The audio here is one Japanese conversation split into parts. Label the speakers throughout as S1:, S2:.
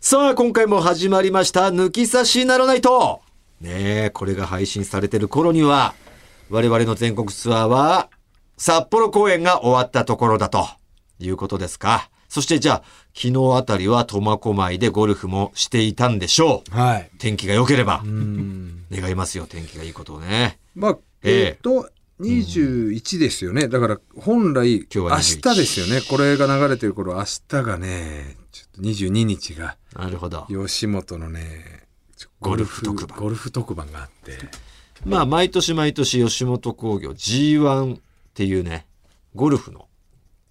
S1: さあ、今回も始まりました。抜き差しならないと。ねえ、これが配信されてる頃には、我々の全国ツアーは、札幌公演が終わったところだということですか。そしてじゃあ、昨日あたりは苫小牧でゴルフもしていたんでしょう。
S2: はい。
S1: 天気が良ければ。
S2: うん。
S1: 願いますよ、天気がいいことをね。
S2: まあ、
S1: ええ
S2: えっ、と、21ですよね。だから、本来、
S1: 今日
S2: 明
S1: は
S2: 日
S1: 21
S2: ですよね。これが流れてる頃、明日がね、ちょっと22日が、
S1: なるほど。
S2: 吉本のね、ちょ
S1: ゴルフ特番
S2: ゴルフ特番があって。
S1: まあ、毎年毎年吉本興業 G1 っていうね、ゴルフの、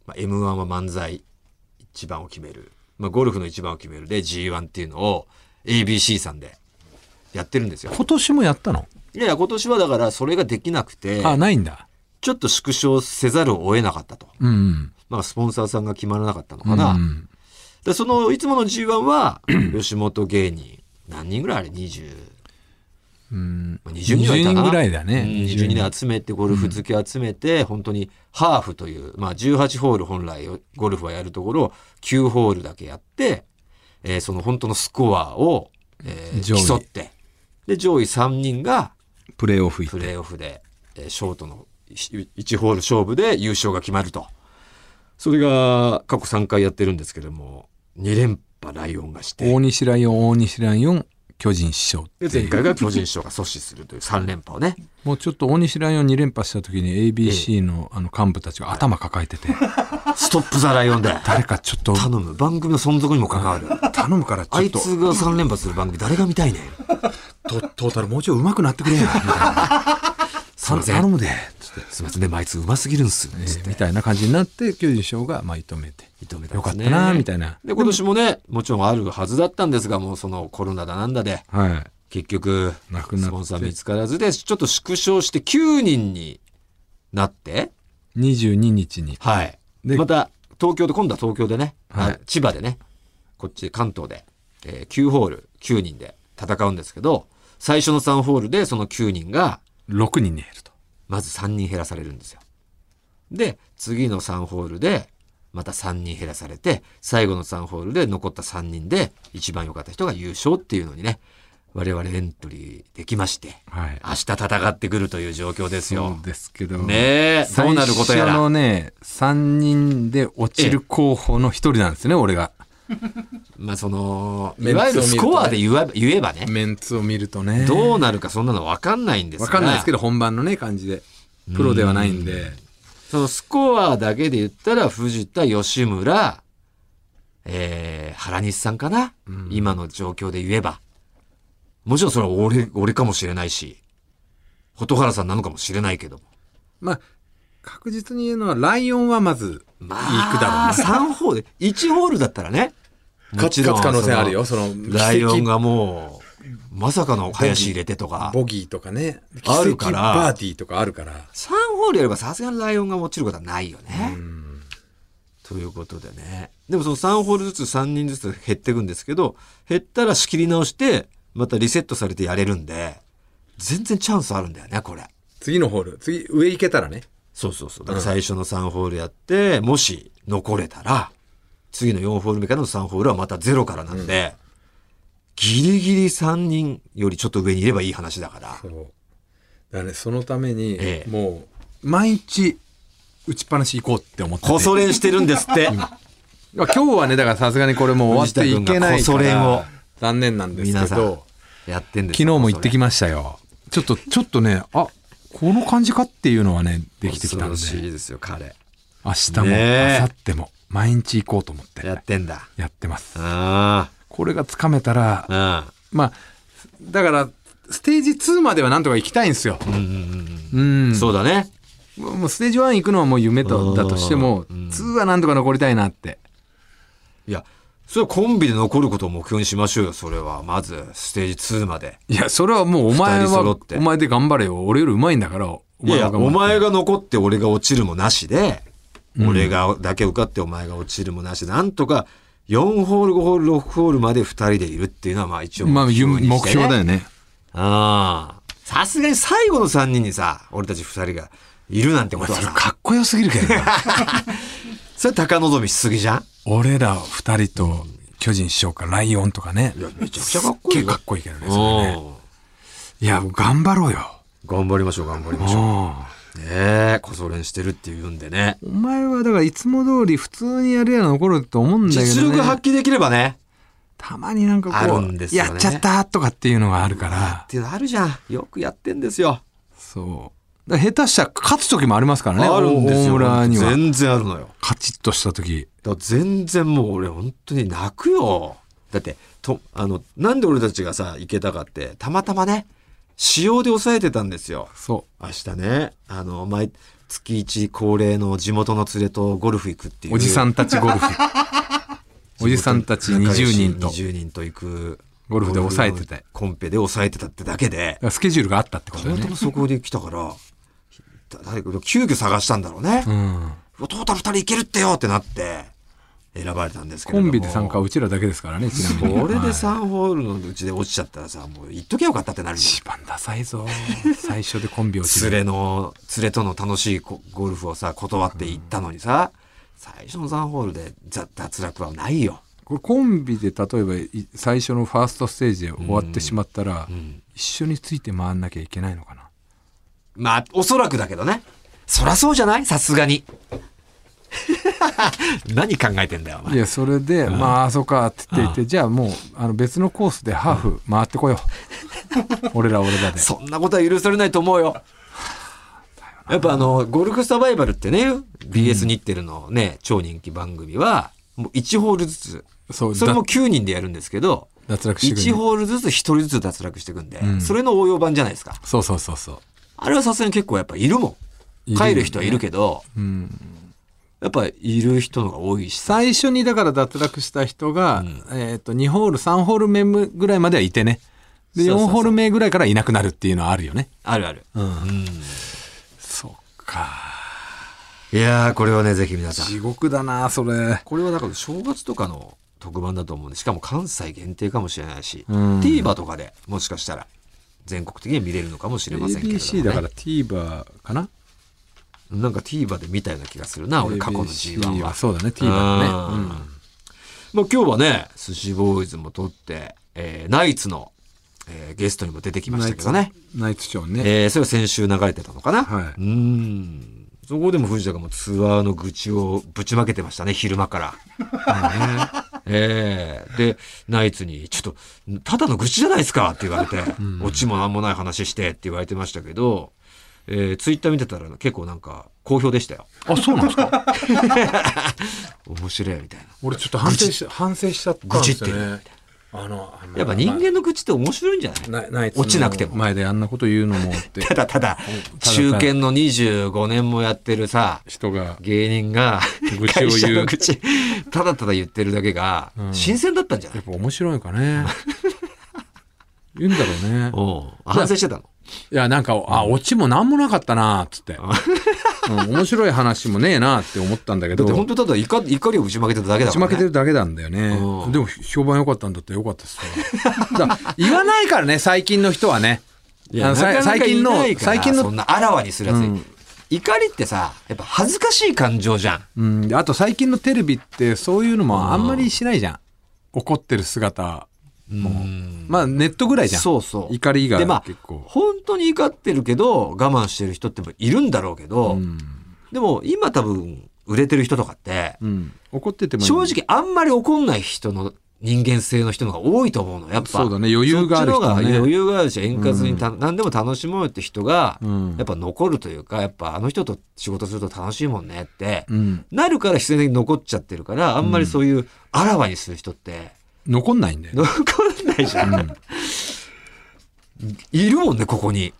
S1: まあ、M1 は漫才一番を決める。まあ、ゴルフの一番を決めるで G1 っていうのを ABC さんでやってるんですよ。
S2: 今年もやったの
S1: いやいや、今年はだからそれができなくて、
S2: ないんだ。
S1: ちょっと縮小せざるを得なかったと。
S2: うん。
S1: まあ、スポンサーさんが決まらなかったのかな。で、その、いつもの G1 は、吉本芸人、何人ぐらいあれ ?20、
S2: うん。
S1: まあ20人はいたかな。
S2: 20人ぐらいだね
S1: うん20人集めて、ゴルフ付け集めて、本当にハーフという、まあ18ホール本来ゴルフはやるところを9ホールだけやって、えーその本当のスコアを、えー
S2: 上位
S1: 競って、で、上位3人が
S2: プレーオフ行
S1: プ
S2: っ
S1: レーオフで、えーショートの1ホール勝負で優勝が決まると。それが過去3回やってるんですけども、2連覇ライオンがして
S2: て。、大西ライオン、大西ライオン、巨人師匠
S1: で前回が巨人師匠が阻止するという3連覇を ね。
S2: もうちょっと大西ライオン2連覇した時に ABC のあの幹部たちが頭抱え てて、
S1: ストップザライオンで。
S2: 誰かちょっと
S1: 頼む。番組の存続にも関わ る。
S2: 頼むからち
S1: あ
S2: ょっ
S1: い
S2: と、
S1: つが3連覇する番組誰が見たいねん。
S2: とトータルもうちょい上手くなってく れよ、みたいな。
S1: すいませ
S2: 頼
S1: ん。
S2: むで、つって、
S1: すいません。でもあいつうますぎるんす。つって
S2: みたいな感じになって、巨人師匠が、まあ、認めて。
S1: 認めたんですね
S2: よかったな、みたいな。
S1: で、今年もね、もちろんあるはずだったんですが、もうそのコロナだなんだで、
S2: は
S1: 結局、
S2: なくなって
S1: スポンサー見つからずで、ちょっと縮小して9人になって、
S2: い。22日に。
S1: はい。
S2: で
S1: また、東京で、今度は東京でね、
S2: はい
S1: あ千葉でね、こっち関東で、えー9ホール、9人で戦うんですけど、最初の3ホールでその9人が、
S2: 6人に減ると。
S1: まず3人減らされるんですよ。で、次の3ホールで、また3人減らされて、最後の3ホールで残った3人で、一番良かった人が優勝っていうのにね、我々エントリーできまして、
S2: はい。
S1: 明日戦ってくるという状況です
S2: そ
S1: よ
S2: う。ですけど。
S1: ねえ、
S2: 最
S1: そうなることや
S2: 初
S1: ら。
S2: のね、3人で落ちる候補の1人なんですね、俺が。
S1: まあその、い
S2: メンツを
S1: わゆるスコアで
S2: 見
S1: 言わ言えばね、
S2: メンツを見るとね。
S1: どうなるかそんなの分かんないんです
S2: わ
S1: が
S2: かんないですけど、本番のね、感じで。プロではないんで。
S1: そのスコアだけで言ったら、藤田、吉村、えー、原西さんかな、今の状況で言えば。もちろんそれは俺、俺かもしれないし、蛍原さんなのかもしれないけども。
S2: まあ、確実に言えるのは、ライオンはまず、行く
S1: ま
S2: だろう
S1: 3
S2: ね。
S1: ホール、1ホールだったらね。もちろん。
S2: 勝つ可能性あるよその
S1: ライオンがもう、まさかの林入れてとか。
S2: ボギーとかね。
S1: あるから
S2: 奇跡バーディーとかあるから。
S1: 3ホールやればさすがにライオンが落ちることはないよね。ということでね。でもその3ホールずつ3人ずつ減っていくんですけど、減ったら仕切り直して、またリセットされてやれるんで、全然チャンスあるんだよね、これ。
S2: 次のホール。次、上行けたらね。
S1: そうそうそう。だから最初の3ホールやって、もし残れたら、次の4ホール目からの3ホールはまたゼロからなんで、ギリギリ3人よりちょっと上にいればいい話だから。
S2: そう。だからね、そのために、
S1: ええ
S2: もう、毎日、打ちっぱなし行こうって思ってて。
S1: こそ練してるんですって。
S2: まあ今日はね、だからさすがにこれもう終わっていけない
S1: 藤田
S2: か
S1: 君がこそ練を
S2: ら、残念なんです
S1: 皆
S2: け
S1: さん
S2: ど、、
S1: やってんです
S2: 昨日も行ってき
S1: ま
S2: ましたよ。ちょっと、ちょっとね、あ、この感じかっていうのはね、できてきたんで、
S1: 恐ろしいですよ、彼。
S2: 明日も、
S1: ねえ
S2: 明後日も、毎日行こうと思って、
S1: やってんだ。
S2: やってます。
S1: あ
S2: これがつかめたら、
S1: あ。
S2: まあ、だから、ステージ2まではなんとか行きたいんですよ。
S1: うん。うんうん
S2: うん
S1: うん。。そうだね。
S2: もうステージ1行くのはもう夢とだとしても、
S1: うん
S2: 2はなんとか残りたいなって。
S1: いや、それはコンビで残ることを目標にしましょうよ、それは。まず、ステージ2まで。
S2: いや、それはもうお前
S1: 二人揃っ
S2: は
S1: て、
S2: お前で頑張れよ。俺より上手いんだから、お
S1: いやいや、
S2: 頑張れ
S1: お前が残って俺が落ちるもなしで、俺がだけ受かってお前が落ちるもなしで、なんとか、4ホール、5ホール、6ホールまで2人でいるっていうのは、まあ一応
S2: まあ、
S1: に
S2: 夢
S1: してね
S2: 目標だよね。
S1: ああ。さすがに最後の3人にさ、俺たち2人がいるなんてことは
S2: それ
S1: さ、
S2: かっこよ すぎるけどな
S1: それ高望みしすぎじゃん
S2: 俺ら二人と、巨人師匠かライオンとかね。
S1: いやめちゃくちゃかっこいいよ
S2: すげえかっこいいけどね。それね
S1: うん
S2: いや、頑張ろうよ。
S1: 頑張りましょう、頑張りましょう。ねえ、こそ練してるって言うんでね。
S2: お前はだからいつも通り普通にやるやの頃と思うんだけど、ね、
S1: 実力発揮できればね。
S2: たまになんか
S1: あ
S2: こ
S1: る
S2: う、
S1: んですよね
S2: やっちゃったとかっていうのがあるから
S1: っ、ていうのあるじゃん。よくやってんですよ。
S2: そう。だから下手したら勝つ時もありますからね、
S1: あるんですよ。
S2: 大村には。
S1: 全然あるのよ。
S2: カチッとした時。
S1: だから全然もう俺本当に泣くよ。だって、と、あの、なんで俺たちがさ、行けたかって、たまたまね、仕様で抑えてたんですよ。
S2: そ。
S1: 明日ね、あの、毎月一恒例の地元の連れとゴルフ行くっていうう。
S2: おじさんたちゴル フ。おじさんたち20人と。
S1: 20人と行く。
S2: ゴルフで抑えてて。
S1: コンペで抑えてたってだけで、
S2: スケジュールがあったってこと
S1: た
S2: だよ
S1: また
S2: ね
S1: ま。そこに来たから、誰か急遽探したんだろうね。
S2: うん。
S1: トータル2人いけるってよってなって、選ばれたんですけれ
S2: コ
S1: ども。
S2: ンビで参加はうちらだけですからね、ちなみに。
S1: これで
S2: はい。
S1: 3ホールのうちで落ちちゃったらさ、もう言っときゃよかったってなるよ。
S2: 一番ダサいぞ。最初でコンビを
S1: 連れの、連れとの楽しいこゴルフをさ、断って行ったのにさ、最初の3ホールでざ脱落はないよ。
S2: これコンビで例えばい最初のファーストステージで終わってしまったら、
S1: ん
S2: 一緒について回んなきゃいけないのかな
S1: まあ、おそらくだけどね。そらそうじゃないさすが に。何考えてんだよ、お前
S2: い。やそれで、まああそうかって言っていてじゃあもうあの別のコースでハーフ回ってこよう、 俺ら俺らで
S1: そんなことは許されないと思うよ。やっぱあの、ゴルフサバイバルってね、BS 日テレのね、超人気番組は、もう1ホールずつ、
S2: そう
S1: それも
S2: だ
S1: 9人でやるんですけど、
S2: 脱落してく
S1: 1
S2: る、ね、
S1: ホールずつ1人ずつ脱落していくんで、
S2: ん
S1: それの応用版じゃないですか。
S2: そうそうそうそ
S1: あれはさすがに結構やっぱいるも
S2: い
S1: ん。
S2: るよね
S1: 帰る人はいるけど、
S2: う、うん、
S1: やっぱいる人の方が多いしさ。
S2: 最初にだから脱落した人が、えー、と2ホール3ホール目ぐらいまではいてね
S1: そう
S2: で
S1: そうそう
S2: 4ホール目ぐらいからいなくなるっていうのはあるよね
S1: あるある。
S2: うんそうか
S1: いやー、これはね、ぜひ皆さん。
S2: 地獄だなそれ
S1: これはだから正月とかの特番だと思うんで、しかも関西限定かもしれないし、
S2: うん
S1: TVer とかでもしかしたら全国的に見れるのかもしれませんけれども、ね。
S2: ABC だから TVer かな
S1: なんか TVer で見たような気がするな、俺過去の G1
S2: ABC
S1: は。
S2: そうだね TVer だね、うん
S1: まあ今日はね、寿司ボーイズも撮って、えーナイツの、えーゲストにも出てきましたけどね。
S2: ナイツショーね、
S1: えーそれは先週流れてたのかな。
S2: はいう
S1: ーん。そこでも藤田がもうツアーの愚痴をぶちまけてましたね、昼間から。 ええで、ナイツに、ちょっと、ただの愚痴じゃないですかって言われて、オチもなんもない話してって言われてましたけど、えーツイッター見てたら結構なんか好評でしたよ。
S2: あそうなんですか
S1: 面白いみたいな。
S2: 俺ちょっと反省し反省しちゃったんですよ
S1: 愚
S2: ねあのあの
S1: やっぱ人間の愚痴って面白いんじゃな
S2: まあ
S1: い
S2: なナイツの
S1: 落ちなくても。
S2: 前であんなこと言うの もって
S1: ただただ、
S2: だ
S1: 中堅の25年もやってるさ、
S2: 人が
S1: 芸人 が
S2: 愚痴を言う
S1: 会社の愚痴ただただ言ってるだけが
S2: うん
S1: 新鮮だったんじゃな
S2: や
S1: い
S2: っ、ぱ面白いのかね言うんだろうね
S1: おう反省してたの
S2: いやなんかあオチも何もなかったなっ つって、うん、面白い話もねえなって思ったんだけ
S1: だ
S2: ど
S1: って本当ただ怒怒りを打ちまけてただけだ
S2: 打ち
S1: から、
S2: 負
S1: ね、
S2: けてるだけなんだよね
S1: うん
S2: でも評判良かったんだったら良かったっすわ だから言わないからね最近の人はね
S1: いや
S2: あのさい
S1: なかなか
S2: 最近の
S1: いないから
S2: 最近の
S1: そんなあらわにするやつ、
S2: うん
S1: 怒りってさやっぱ恥ずかしい感情じゃん
S2: うん、であと最近のテレビってそういうのもあんまりしないじゃん。怒ってる姿も。まあネットぐらいじゃん。
S1: そうそう
S2: 怒り
S1: でま
S2: が
S1: あ
S2: 結構。
S1: 本当に怒ってるけど我慢してる人ってもいるんだろうけど、
S2: うん
S1: でも今多分売れてる人とかって、
S2: うん、怒っててもいい
S1: 正直あんまり怒んない人の人間性の人の方が多いと思うのやっぱ
S2: そうだね余裕がある人ね
S1: そっちの方が余裕があるし円滑にた、何でも楽しもうよって人が、
S2: うん
S1: やっぱ残るというかやっぱあの人と仕事すると楽しいもんねって、
S2: うん、
S1: なるから必然的に残っちゃってるからあんまりそういうあらわにする人って
S2: 残んないんだよね。
S1: 残んないじゃん、いるもんねここに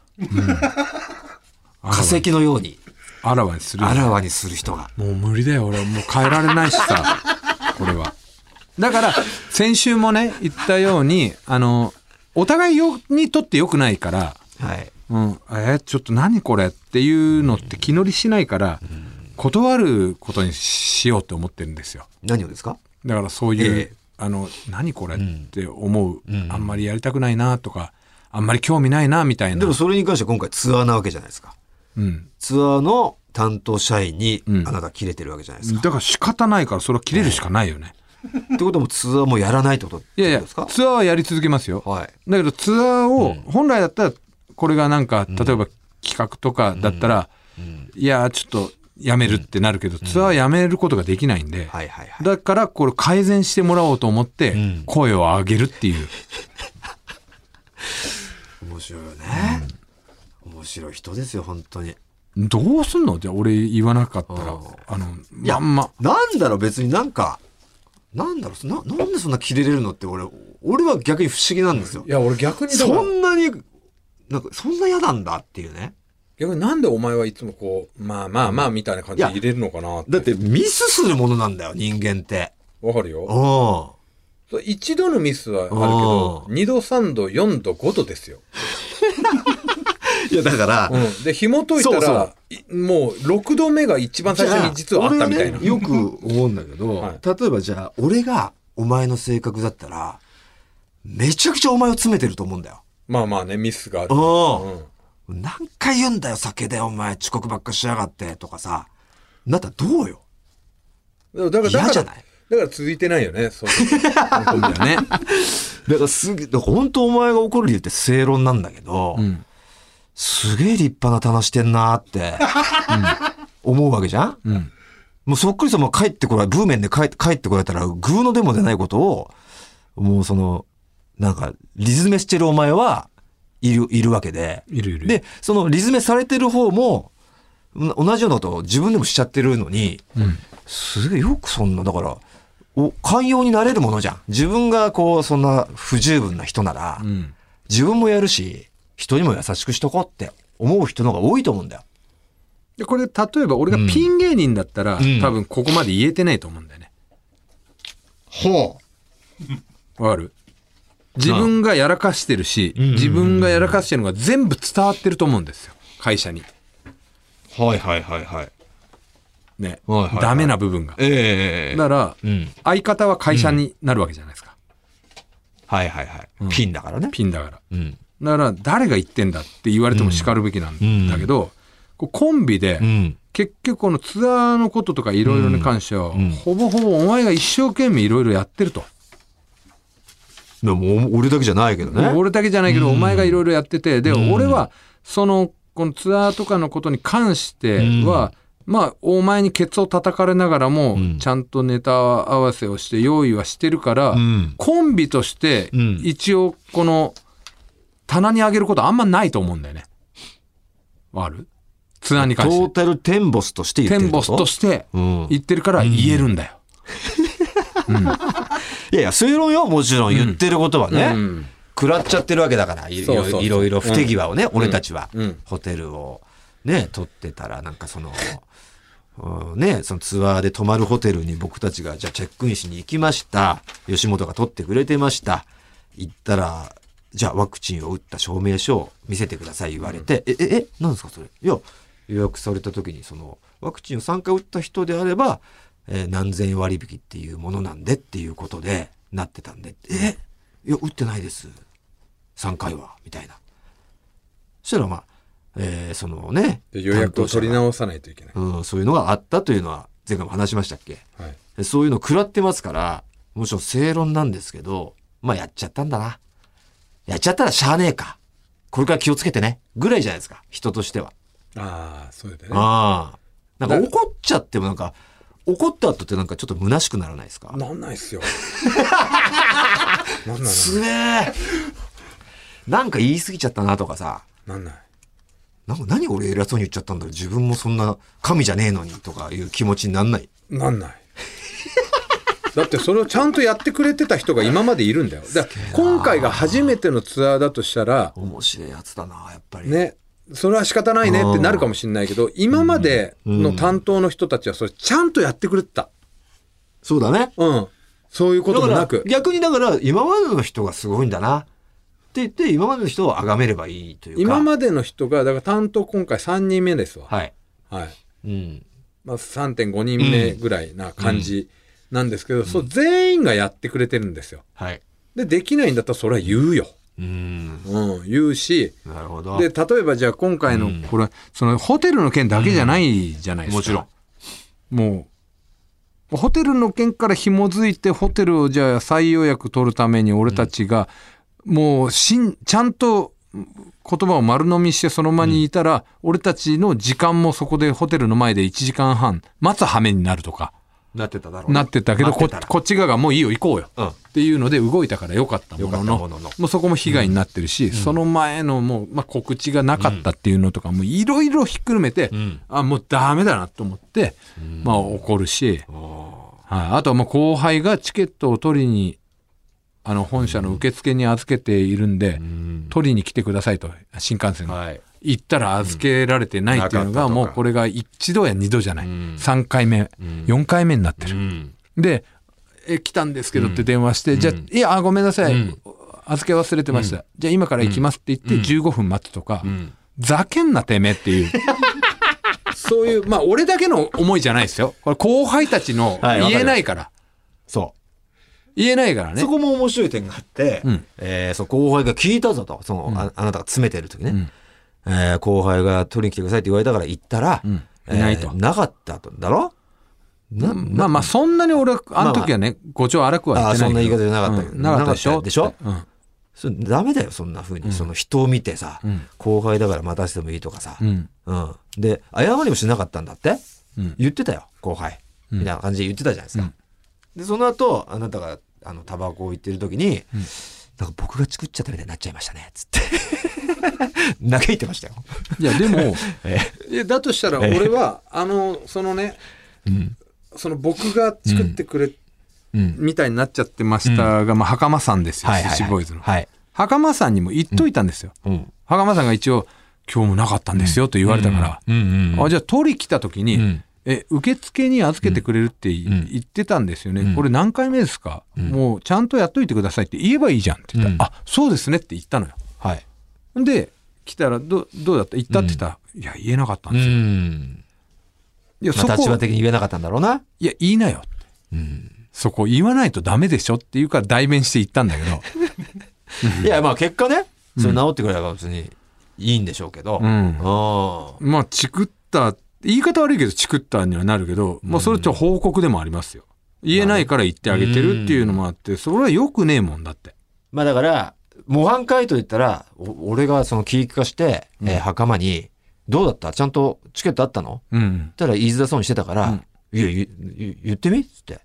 S2: あ
S1: 化
S2: らわ
S1: 石のように
S2: あらわにするよ
S1: あらわにする人が
S2: もう無理だよ俺はもう変えられないし さこれはだから先週もね言ったようにあのお互いよにとって良くないから
S1: はい
S2: うん、えーちょっと何これっていうのって気乗りしないから、断ることにしようと思ってるんですよ
S1: 何をですか
S2: だからそういう、
S1: ええ
S2: あの何これって思う、
S1: うん
S2: あんまりやりたくないなとかあんまり興味ないなみたいな
S1: でもそれに関しては今回ツアーなわけじゃないですか
S2: うん、
S1: ツアーの担当社員に
S2: うん
S1: あなた切れてるわけじゃないですか。
S2: だから仕方ないからそれは切れるしかないよね、
S1: ってこともツアーもやらないってこと
S2: いやいや、
S1: ですか
S2: ツアーはやり続けますよ。
S1: はい。
S2: だけどツアーを、本来だったら、これがなんか、例えば企画とかだったら、いや、ちょっとやめるってなるけど、ツアーやめることができないんで、
S1: はいはいはい。
S2: だから、これ改善してもらおうと思って
S1: ん、
S2: 声を上げるっていう。
S1: 面白いよね。面白い人ですよ、本当に。
S2: どうすんのじゃあ俺言わなかったら
S1: うん、
S2: あの、
S1: いや
S2: まんま。
S1: なんだろう、別になんか、なんだろう、な、なんでそんなキレれるのって俺、俺は逆に不思議なんですよ。
S2: や、俺逆に
S1: そんなに、なんか、そんな嫌なんだっていうね。
S2: 逆になんでお前はいつもこう、まあまあまあみたいな感
S1: じで
S2: 入れるのかなっ
S1: だって、ミスするものなんだよ、人間って。
S2: わかる
S1: う
S2: よ。
S1: ん。
S2: そう一度のミスはあるけど、
S1: うん
S2: 二度、三度、四度、五度ですよ。
S1: いや、だから、
S2: うん、で、紐解いたら、
S1: そう
S2: いもう六度目が一番最初に実はあったみたいな。
S1: 俺ねよく思うんだけ ど、
S2: はい
S1: 例えばじゃあ、俺がお前の性格だったら、めちゃくちゃお前を詰めてると思うんだよ。
S2: まあまあね、ミスがある。
S1: うん
S2: うん
S1: 何回言うんだよ、酒でお前、遅刻ばっかしやがって、とかさ。なったらどうよ。
S2: だから、だから、
S1: 嫌
S2: だ
S1: じ
S2: か
S1: ゃ
S2: ら
S1: ない
S2: だから続いてないよね、そう。 本当だよね。
S1: だからすげ、だから本当お前が怒る理由って正論なんだけど、
S2: うん。
S1: すげえ立派な棚してんなー って、思うわけじゃん
S2: うん。
S1: もうそっくりさま帰ってこられ、ブーメンで帰帰ってこられたら、グーのでも出ないことを、もうその、なんか、リズメしてるお前は、いる、いるわけで。
S2: いるいる。
S1: で、そのリズメされてる方も、うん同じようなことを自分でもしちゃってるのに、
S2: うん、
S1: すげえよくそんな、だから、お、寛容になれるものじゃん。自分がこう、そんな不十分な人なら
S2: う、ん。
S1: 自分もやるし、人にも優しくしとこうって思う人の方が多いと思うんだよ。
S2: で、これ、例えば俺がピン芸人だったら、
S1: ん
S2: 多分ここまで言えてないと思うんだよね。
S1: ほ
S2: わかる自分がやらかしてるし、
S1: んうんうん
S2: 自分がやらかしてるのが全部伝わってると思うんですよ。会社に。
S1: う。はいはいはいはい。
S2: ね。
S1: はいはいはい
S2: ダメな部分が。
S1: ええ
S2: だから、
S1: うん。
S2: 相方は会社になるわけじゃないですか。
S1: はいはいはい。
S2: ん
S1: ピンだからね。
S2: ピンだから。
S1: うん。
S2: だから、誰が言ってんだって言われても叱るべきなんだけど、こうコンビで、
S1: ん。
S2: 結局このツアーのこととかいろいろに関しては、
S1: ん
S2: ほぼほぼお前が一生懸命いろいろやってると。
S1: でも、お俺だけじゃないけどね。
S2: 俺だけじゃないけど、お前がいろいろやってて、で、
S1: うん
S2: 俺は、その、このツアーとかのことに関しては、まあ、お前にケツを叩かれながらも
S1: ん、
S2: ちゃんとネタ合わせをして用意はしてるから
S1: ん、
S2: コンビとして
S1: うん、
S2: 一応、この、棚にあげることあんまないと思うんだよね。わかるツアーに
S1: ト
S2: 関し
S1: ー
S2: て。
S1: タルテンボスとして言って
S2: テ
S1: る
S2: ンボスと
S1: して。
S2: して
S1: うん。
S2: 言ってるから言えるんだよ。
S1: いやいや、正論よ、もちろん言ってることはね。
S2: うん
S1: 食らっちゃってるわけだから、い
S2: そうそうそう
S1: いろいろ不手際をね、俺たちは、
S2: うん
S1: ホテルをね、取ってたら、なんかその、うんね、そのツアーで泊まるホテルに僕たちが、じゃあチェックインしに行きました。吉本が取ってくれてました。行ったら、じゃあワクチンを打った証明書を見せてください言われて、え、え、え、なんですかそれ。いや、予約された時に、その、ワクチンを3回打った人であれば、えー何千円割引っていうものなんでっていうことで、なってたんで、え、いや、打ってないです。3回は、みたいな。そしたら、まあ、えーそのね、
S2: で予約を取り
S1: 担
S2: 直さないといけない
S1: 当。者がうん、そういうのがあったというのは、前回も話しましたっけ
S2: はい
S1: でそういうの食らってますから、もちろん正論なんですけど、まあやっちゃったんだな。やっちゃったらしゃあねえか。これから気をつけてね。ぐらいじゃないですか。人としては。
S2: ああ、そうだよね。
S1: ああ。なん
S2: だ
S1: か怒っちゃってもなんか、怒った後ってなんかちょっと虚しくならないですか
S2: なんない っすよ。なんない
S1: すげえなんか言い過ぎちゃったなとかさ。
S2: なんない。
S1: なんか何俺偉そうに言っちゃったんだろう自分もそんな神じゃねえのにとかいう気持ちになんない。
S2: なんない。だってそれをちゃんとやってくれてた人が今までいるんだよ。だから今回が初めてのツアーだとしたら、
S1: 面白いやつだな、やっぱり。
S2: ね、それは仕方ないねってなるかもしれないけど、今までの担当の人たちはそれちゃんとやってくれてた。
S1: そうだね。
S2: うん。そういうこ
S1: だ
S2: と
S1: か
S2: も
S1: ら
S2: なく。
S1: 逆にだから今までの人がすごいんだなって言って今までの人を崇めればいいというか
S2: 今までの人が、だから担当今回3人目ですわ。
S1: はい、
S2: はい。
S1: うん、
S2: まあ、3.5人目ぐらいな感じなんですけど、そう全員がやってくれてるんですよ。
S1: はい
S2: で、できないんだったらそれは言うよ。
S1: うん
S2: うん、言うし、
S1: なるほど
S2: で、例えばじゃあ今回の、これ、そのホテルの件だけじゃないじゃないですか。
S1: もちろん
S2: もう、ホテルの件から紐づいてホテルをじゃあ再予約取るために俺たちが、もうしんちゃんと言葉を丸飲みしてその間にいたら、俺たちの時間もそこでホテルの前で1時間半待つ羽目になるとか
S1: なってただろう
S2: なってたけど
S1: 待
S2: こ
S1: ってたら
S2: こっち側がもういいよ行こうよ、
S1: うん
S2: っていうので動いたから良かったもの
S1: 良
S2: の
S1: かったものの
S2: もうそこも被害になってるし、その前のもう、まあ、告知がなかったっていうのとかもいろいろひっくるめて、
S1: ん
S2: あもうダメだなと思って、まあ、怒るし、はい、あとはもう後輩がチケットを取りにあの本社の受付に預けているんで、
S1: ん
S2: 取りに来てくださいと新幹線の、
S1: はい
S2: 行ったら預けられてないっていうの
S1: うんな
S2: が
S1: かった
S2: も
S1: と
S2: う
S1: か
S2: これが一度や二度じゃない、
S1: ん
S2: 3回目、4回目になってる。
S1: うん
S2: で「え来たんですけど」って電話して「じゃあいやあごめんなさい、預け忘れてました、じゃあ今から行きます」って言って15分待つとか、ざけんなてめえっていう そういうまあ俺だけの思いじゃないですよこれ後輩たちの
S1: はいわかる
S2: 言えないから、
S1: そう
S2: 言えないからね
S1: そこも面白い点があって、
S2: ん
S1: えーそう後輩が聞いたぞと、その、ああなたが詰めてる時ね、えー後輩が取りに来てくださいって言われたから行ったら、
S2: んいないと
S1: えーなかったと。だろな、
S2: まあまあそんなに俺はあの時はねごちょう荒くは言ってない
S1: あ
S2: けど
S1: そんな言い方じゃなかったけど
S2: うんなかったでしょ
S1: なかったでしょ
S2: ってうん
S1: それダメだよ、そんな風に。その人を見てさ、後輩だから待たせてもいいとかさ。
S2: うん
S1: うんで、謝りもしなかったんだって、
S2: うん
S1: 言ってたよ、後輩。みたいな感じで言ってたじゃないですか。で、その後、あなたが、あの、タバコを言ってる時に、なんか僕が作っちゃったみたいになっちゃいましたね、つって。嘆いてま したよ。
S2: いやでも
S1: え
S2: いやだとしたら俺は、あのそのね、その僕が作ってくれ、
S1: うん
S2: みたいになっちゃってましたが、まあ袴さんですよ、
S1: はいはいはい
S2: シシボーイズの、
S1: はい。
S2: 袴さんにも言っといたんですよ、
S1: うん。
S2: 袴さんが一応「今日もなかったんですよ」と言われたから、
S1: うんうん
S2: あじゃあ取り来た時に、
S1: ん
S2: え受付に預けてくれるってい
S1: ん
S2: 言ってたんですよね、これ何回目ですか、もうちゃんとやっといてくださいって言えばいいじゃんって言ったら、
S1: うん
S2: あそうですねって言ったのよ
S1: はい。
S2: で来たらど「どうだった行った?」って言ったら、いや言えなかったんですよ、
S1: ん。
S2: いや
S1: ま
S2: そ
S1: あ、
S2: こ
S1: 立場的に言えなかったんだろうな。
S2: いや、言いなよって。そこ言わないとダメでしょっていうから代弁して言ったんだけど。
S1: いや、まあ結果ね、それ治ってくれれば別にいいんでしょうけど。
S2: う
S1: あ
S2: ん。
S1: あ。
S2: まあ、チクった、言い方悪いけどチクったにはなるけど、まあ、それって報告でもありますよ。言えないから言ってあげてるっていうのもあって、それは良くねえもんだって。
S1: まあだから、模範解答言ったら、お俺がその聞き化して、えー袴に、どうだったちゃんとチケットあったの
S2: うん。
S1: ったら言いづらそうにしてたから、いや、ゆゆ言ってみっつって。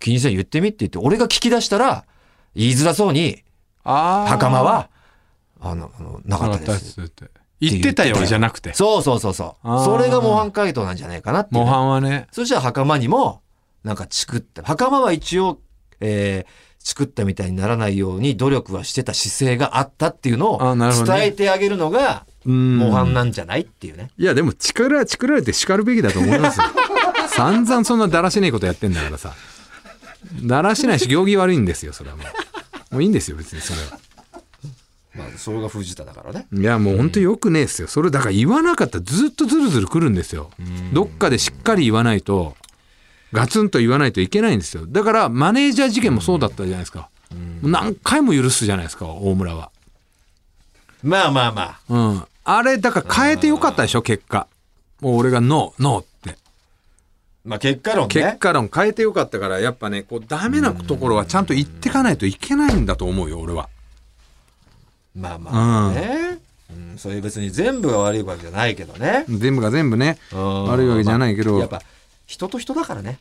S1: 気にせん言ってみって言って、俺が聞き出したら、言いづらそうに、
S2: ああ。
S1: 袴は、あの、あのなか
S2: なか
S1: っ
S2: ったた
S1: で。
S2: ですすって。言ってたよじゃなくて。
S1: そうそうそうそう
S2: あ。ー
S1: それが模範解答なんじゃないかなっていう
S2: 模
S1: ね、
S2: 範はね。
S1: そしたら袴にも、なんかチクった。袴は一応、えー、チクったみたいにならないように努力はしてた姿勢があったっていうのを
S2: あなるほどね
S1: 伝えてあげるのが
S2: うん
S1: 模範なんじゃないっていうね。
S2: いや、でも、チクら、チクられて叱るべきだと思います よ。散々そんなだらしねえことやってんだからさ。だらしないし、行儀悪いんですよ、それはもう。もういいんですよ、別にそれは。
S1: まあ、それが藤田だからね。
S2: いや、もう本当によくねえですよ。それ、だから言わなかったらずっとずるずる来るんですよ。どっかでしっかり言わないと、ガツンと言わないといけないんですよ。だから、マネージャー事件もそうだったじゃないですか。もう何回も許すじゃないですか、大村は。
S1: まあまあまあ。
S2: うん。あれ、だから変えてよかったでしょ、結果。もう俺がノー、ノーって。
S1: まあ結果論ね。
S2: 結果論変えてよかったからやっぱねこうダメなところはちゃんと言ってかないといけないんだと思うよ俺は
S1: まあまあね。うん、それ別に全部が悪いわけじゃないけどね。
S2: 全部が全部ね
S1: うん
S2: 悪いわけじゃないけど、
S1: まあやっぱ、人と人だからね。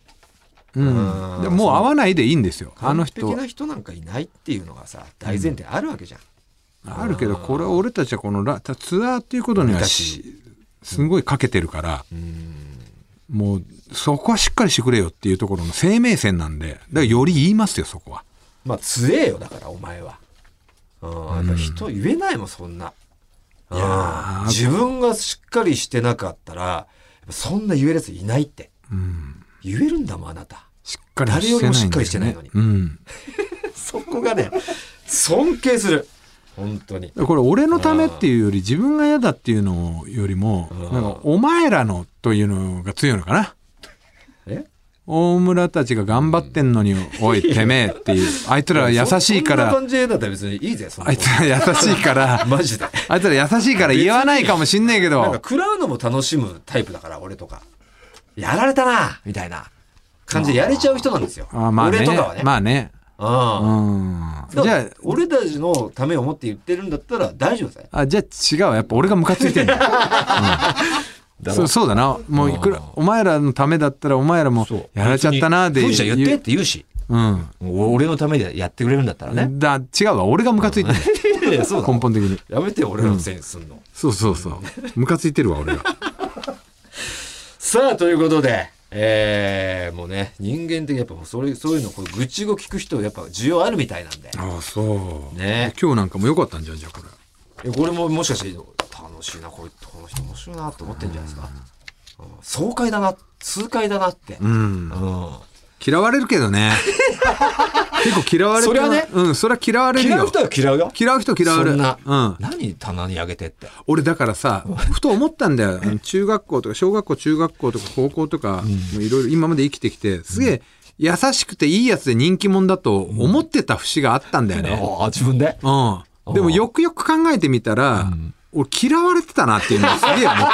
S2: うん
S1: うん
S2: でももう会わないでいいんですよあの人
S1: 完璧
S2: は
S1: な人なんかいないっていうのがさ、大前提あるわけじゃん。
S2: あるけどこれは俺たちはこのラツアーっていうことにはしすごいかけてるから、もうそこはしっかりしてくれよっていうところの生命線なんでだからより言いますよそこは
S1: まあ強えよ、だからお前は。うん、やっぱ人言えないもん、そんな。いや
S2: ー
S1: 自分がしっかりしてなかったら、やっぱそんな言えるやついないって。言えるんだもん、あなた。
S2: しっかりはしてない
S1: 誰より
S2: んだよね
S1: もしっかりしてないのに
S2: うん
S1: そこがね、尊敬する。本当に。
S2: これ俺のためっていうより自分が嫌だっていうのよりも
S1: ん
S2: なんかお前らのというのが強いのかな
S1: え
S2: 大村たちが頑張ってん のにおいてめえっていうあいつらは優しい
S1: そ
S2: か
S1: んな
S2: ら
S1: 感じだったら別にいいぜ、そんな
S2: あ
S1: こと
S2: いつら優しいから
S1: マジで。
S2: あいつら優しいから言わないかもしんないけ
S1: なんか
S2: ど
S1: 食らうのも楽しむタイプだから、俺とか。やられたなみたいな。感じでやれちゃう人なんですよ。
S2: あまあね。
S1: 俺とかはね。
S2: まあね。
S1: うん
S2: うん。
S1: じ
S2: じゃ
S1: ゃあ、俺たちのためを思って言ってるんだったら大丈夫だよ。
S2: あ、あ、じゃあ違う。やっぱ俺がムカついて んだ。うんそうそうだな。もういくら、お前らのためだったらお前らもやられちゃったなで。
S1: ふうちゃん言ってって言うし。
S2: うん。
S1: 俺のためでやってくれるんだったらね。
S2: だ、違うわ。俺がムカついてる。
S1: いやそう なの
S2: 根本的に。
S1: やめてよ俺のせいにすんの。
S2: そうそうそう。ムカついてるわ、俺が。
S1: さあ、ということで、えー、もうね、人間的にやっぱそれそういうの、こう愚痴を聞く人、やっぱ需要あるみたいなんで。
S2: ああ、そう。
S1: ね
S2: 今日なんかも良かったんじゃん、じゃあこれ。
S1: えこれももしかして、楽しいな、これ、この人面白いなって思ってんじゃないですか。うん爽快だな、痛快だなって。うん。
S2: うん。嫌われるけど ね。結構嫌われて
S1: それはね
S2: うん、それは嫌われるよ。
S1: 嫌う人は嫌うよ。
S2: 嫌う人嫌わ
S1: そ
S2: れる。
S1: んな、
S2: うん。
S1: 何棚にあげてって。
S2: 俺だからさ、ふと思ったんだよ。あの中学校とか、小学校、中学校とか、高校とか、いろいろ今まで生きてきて、すげえ優しくていいやつで人気者だと思ってた節があったんだよね。
S1: ああ、自分で。
S2: うん。でもよくよく考えてみたら、俺嫌われてたなっていうのをすげえ 思って。だか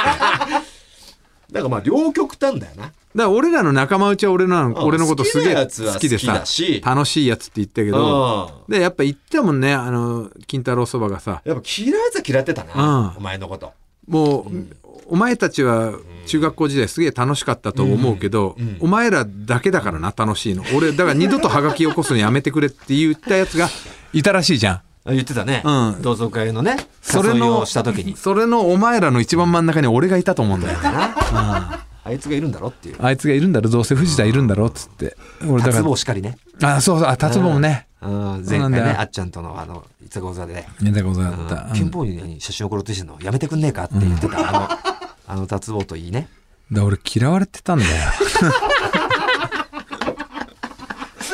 S1: だからまあ、両極端だよな。
S2: ら俺らの仲間内は俺ら
S1: うん
S2: の、俺のことす
S1: 好
S2: げえ
S1: きなやつは
S2: 好きで
S1: 好き
S2: さ
S1: だし、
S2: 楽しいやつって言ったけど、
S1: うん。
S2: で、やっぱ言ってたもんね、あの、金太郎そばがさ、
S1: やっぱ嫌いやつは嫌ってたな、
S2: うん
S1: お前のこと。
S2: もう、お前たちは中学校時代すげえ楽しかったと思うけど、お前らだけだからな楽しいの俺だから二度とハガキ起こすのやめてくれって言ったやつがいたらしいじゃん
S1: あ言ってたね。
S2: うん
S1: 同窓会のね、
S2: それの
S1: 誘いをした時に。
S2: それのお前らの一番真ん中に俺がいたと思うんだよ
S1: あいつがいるんだろっていう。
S2: あいつがいるんだろどうせ藤田いるんだろっつって俺だ
S1: 脱
S2: か
S1: 帽しかりね。
S2: らあそうそうあ達坊もね
S1: うん
S2: そ
S1: 前回
S2: うなんだ
S1: ね
S2: よ
S1: あっちゃんとのあのいつご座で、
S2: 見たことが
S1: うん
S2: あった、
S1: ピ
S2: う
S1: ン
S2: ん
S1: ポイントに写真送ろうとしてるのやめてくんねえかって言ってた、 あのあの達坊といいね
S2: だ俺嫌われて たんだよ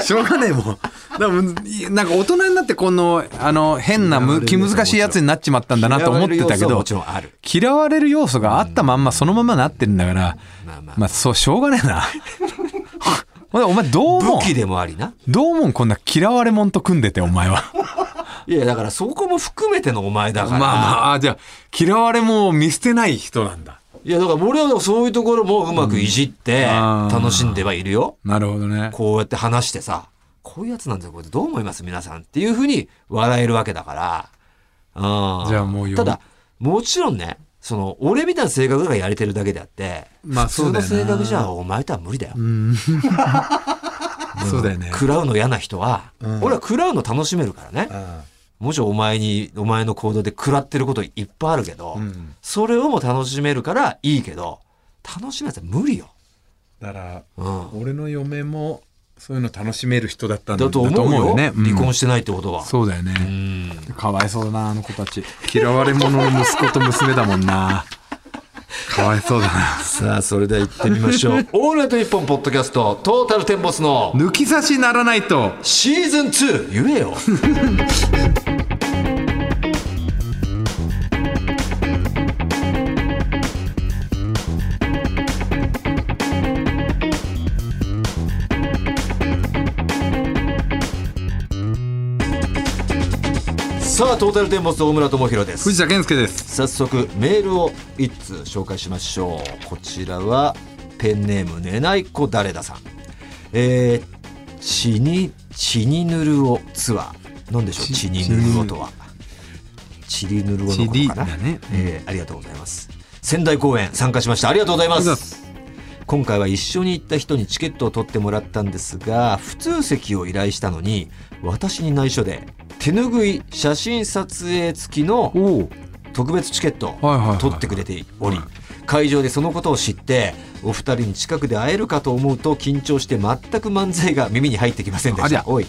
S2: しょうがねえもんだからもういなんか大人になってこのあの変なむ気難しいやつになっちまったんだなと思ってたけ
S1: 嫌われる要素は
S2: ど
S1: もちろんある
S2: 嫌われる要素があったまんまそのままなってるんだから
S1: まあまあ
S2: まあそうしょうがねえな ほんでお前どう思う
S1: 武器でもありな
S2: どうもんこんな嫌われもんと組んでてお前は
S1: いやだからそこも含めてのお前だから
S2: ああじゃあ嫌われもんを見捨てない人なんだ
S1: いやだから俺はそういうところもうまくいじって
S2: あー
S1: 楽しんではいるよ、
S2: なるほどね
S1: こうやって話してさこういうやつなんですよこれどう思います皆さんっていうふうに笑えるわけだからうん
S2: じゃあもうよ
S1: ただもちろんねその俺みたいな性格がやれてるだけであって、
S2: まあそうだよな
S1: 普通の性格じゃお前とは無理だよ、
S2: そうだよね
S1: 食らうの嫌な人は、俺は食らうの楽しめるからね、もちろんお前にお前の行動で食らってることいっぱいあるけど、
S2: ん
S1: それをも楽しめるからいいけど楽しめたら無理よ、
S2: だから
S1: うん、
S2: 俺の嫁もそういうの楽しめる人だったんだ
S1: だと思うよ
S2: よね、
S1: 離婚
S2: し
S1: してないってことは、
S2: そうだよ
S1: う
S2: ね、
S1: ん
S2: かわいそうだなあの子たち嫌われ者の息子と娘だもんなかわいそうだな
S1: さあそれでは行ってみましょう オールナイトニッポンポッドキャストトータルテンボスの
S2: 抜き差しならないと
S1: シーズン2言えよさあトータルテンボス大村智弘です
S2: 藤田健介です
S1: 早速メールを一通紹介しましょうこちらはペンネームねないこだれださんえー、血に血にぬるをツアーなんでしょう
S2: ち
S1: 血にぬるをとは血にぬるをのことかな、
S2: ちりだねうん
S1: えーありがとうございます仙台公演参加しましたありがとうございま
S2: ありがとうございます
S1: 今回は一緒に行った人にチケットを取ってもらったんですが普通席を依頼したのに私に内緒で手ぬぐい写真撮影付きの
S2: おお
S1: 特別チケット
S2: はいはいは
S1: を
S2: い
S1: 取ってくれており会場でそのことを知ってお二人に近くで会えるかと思うと緊張して全く漫才が耳に入ってきませんで
S2: あ
S1: し
S2: りゃ
S1: たおい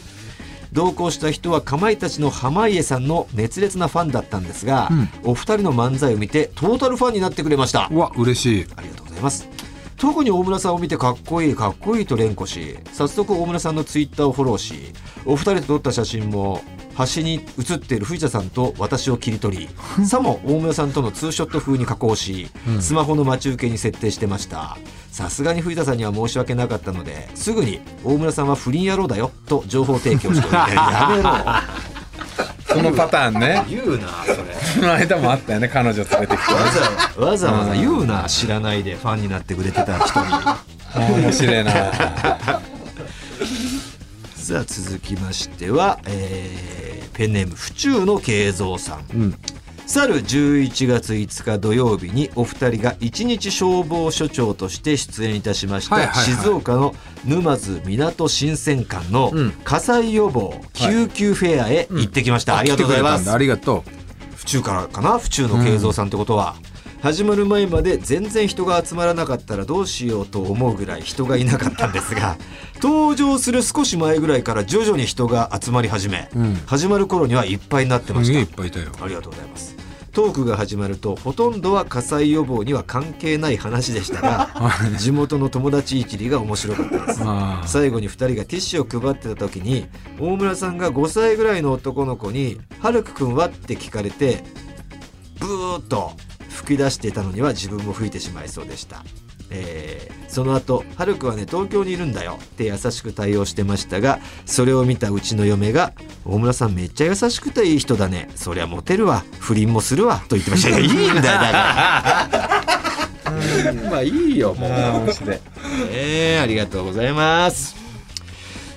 S1: 同行した人はかまいたちの濱家さんの熱烈なファンだったんですが、お二人の漫才を見てトータルファンになってくれました
S2: うわ嬉しい
S1: ありがとうございます。特に大村さんを見てかっこいいかっこいいと連呼し早速大村さんのツイッターをフォローしお二人と撮った写真も端に写っている藤田さんと私を切り取りさも大村さんとのツーショット風に加工しスマホの待ち受けに設定してましたさすがに藤田さんには申し訳なかったのですぐに大村さんは不倫野郎だよと情報提供しており や
S2: そのパターンね
S1: めろ言うなそれ
S2: この間もあったよね彼女連れてきて
S1: わざわざわざ言うな知らないでファンになってくれてた人に
S2: 面白い な。
S1: さあ続きましては、えーペンネーム府中の慶三さん、
S2: ん
S1: 去る11月5日土曜日にお二人が一日消防署長として出演いたしました、
S2: はいはいはい
S1: 静岡の沼津港新鮮館の
S2: うん
S1: 火災予防救急フェアへ行ってきました、ありがとうございま
S2: 来
S1: す
S2: てくれたんだありがと
S1: 府中からかな府中の慶三さんってことは、始まる前まで全然人が集まらなかったらどうしようと思うぐらい人がいなかったんです が登場する少し前ぐらいから徐々に人が集まり始め、
S2: うん
S1: 始まる頃にはいっぱいになって
S2: う。
S1: ますし
S2: げえいったぱいいたよ。
S1: ありがとうございますトークが始まるとほとんどは火災予防には関係ない話でした が地元の友達いじりが面白かったです
S2: ああ。
S1: 最後に2人がティッシュを配ってた時に大村さんが5歳ぐらいの男の子に「はるくくんは?」って聞かれてブーッと吹き出していたのには自分も吹いてしまいそうでした、えーその後はるくんはね東京にいるんだよ」って優しく対応してましたがそれを見たうちの嫁が「大村さんめっちゃ優しくていい人だねそりゃモテるわ不倫もするわ」と言ってましたいやいいんだよだからまあいいよもう。
S2: 面白い。
S1: えー、ありがとうございます。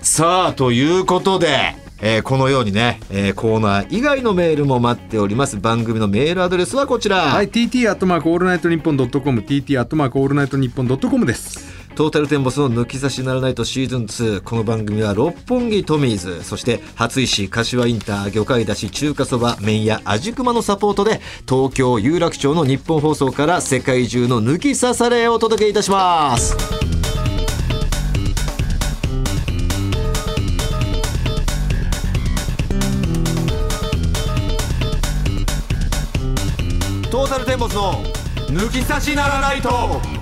S1: さあ、ということで、えーこのようにね、えーコーナー以外のメールも待っております。番組のメールアドレスはこちら。
S2: はい、TT アットマークオールナイトニッポンドットコム、TT アットマークオールナイトニッポンドットコムです。
S1: トータルテンボスの抜き差しならないとシーズン2。この番組は六本木トミーズ、そして初石、柏インター、魚介だし、中華そば、麺屋、味熊のサポートで、東京有楽町の日本放送から世界中の抜き差されをお届けいたします。トータルテンボスの抜き差しならないと。